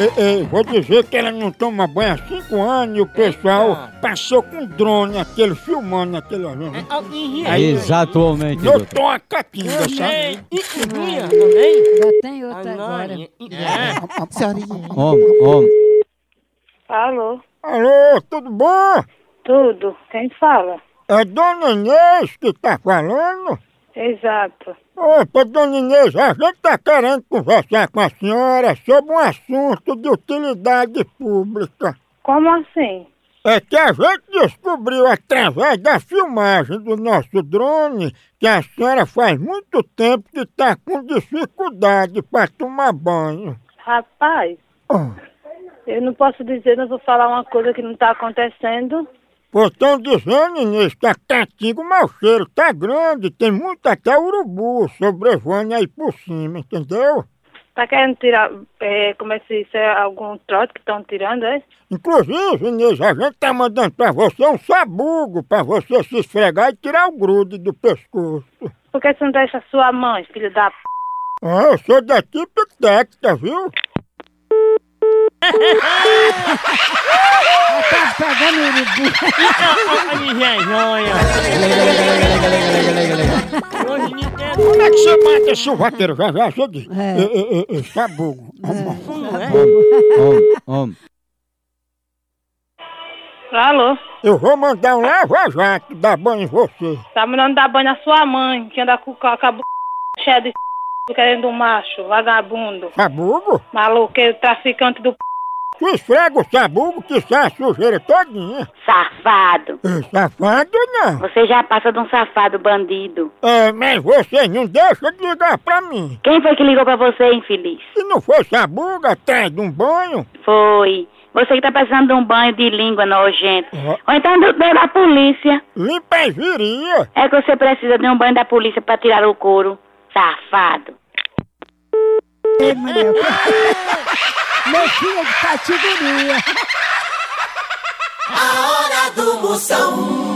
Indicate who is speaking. Speaker 1: Ei, ei, vou dizer que ela não toma banho há cinco anos e o pessoal passou com drone, aquele filmando, aquele.
Speaker 2: Exatamente. doutor.
Speaker 1: Notou a catinga, sabe?
Speaker 3: Também?
Speaker 4: Ainda tem outra agora.
Speaker 2: Homem, homem.
Speaker 5: Alô,
Speaker 1: Alô, tudo bom?
Speaker 5: tudo. Quem fala?
Speaker 1: É Dona Inês que tá falando?
Speaker 5: Exato.
Speaker 1: Opa, Dona Inês, a gente tá querendo conversar com a senhora sobre um assunto de utilidade pública.
Speaker 5: Como assim?
Speaker 1: É que a gente descobriu através da filmagem do nosso drone que a senhora faz muito tempo que está com dificuldade para tomar banho.
Speaker 5: Rapaz,
Speaker 1: Ah,
Speaker 5: eu não posso dizer, não vou falar uma coisa que não tá acontecendo.
Speaker 1: Pô, estão dizendo, Inês, que a catinga, o mau cheiro tá grande, tem muito até urubu sobrevoando aí por cima, entendeu?
Speaker 5: Tá querendo tirar, é, como é que se isso é algum trote que estão tirando, é?
Speaker 1: Inclusive, Inês, a gente tá mandando pra você um sabugo pra você se esfregar e tirar o grude do pescoço.
Speaker 5: Por que você não deixa sua mãe, filho da p...
Speaker 1: Ah, eu sou da Tipitecta, viu?
Speaker 4: Tá pegando urubu.
Speaker 3: Hoje ninguém é
Speaker 1: Como é que você mata esse vaqueiro? Já já, você diz.
Speaker 4: É.
Speaker 1: Ê, ê, ê, ê, Sabugo.
Speaker 3: fumo, né?
Speaker 2: Homem, homem.
Speaker 5: Alô,
Speaker 1: Eu vou mandar um lava-jato dar banho em você.
Speaker 5: tá mandando dar banho na sua mãe, que anda com, com a cabu... cheia de p... querendo um macho, vagabundo,
Speaker 1: Sabugo?
Speaker 5: maluqueiro, traficante do p...
Speaker 1: Tá Tu esfrega o sabugo que sai a sujeira todinha.
Speaker 6: Safado.
Speaker 1: Ê, safado não.
Speaker 6: Você já passa de um safado bandido.
Speaker 1: É, mas você não deixa de ligar pra mim.
Speaker 6: Quem foi que ligou pra você, infeliz?
Speaker 1: Se não for sabugo atrás de um banho,
Speaker 6: Foi. Você que tá precisando de um banho de língua nojento.
Speaker 1: Uhum.
Speaker 6: Ou então do banho da polícia.
Speaker 1: limpa as viria.
Speaker 6: É que você precisa de um banho da polícia pra tirar o couro. Safado.
Speaker 4: Ei, Manel. Mexia de categoria.
Speaker 7: A hora do Moção.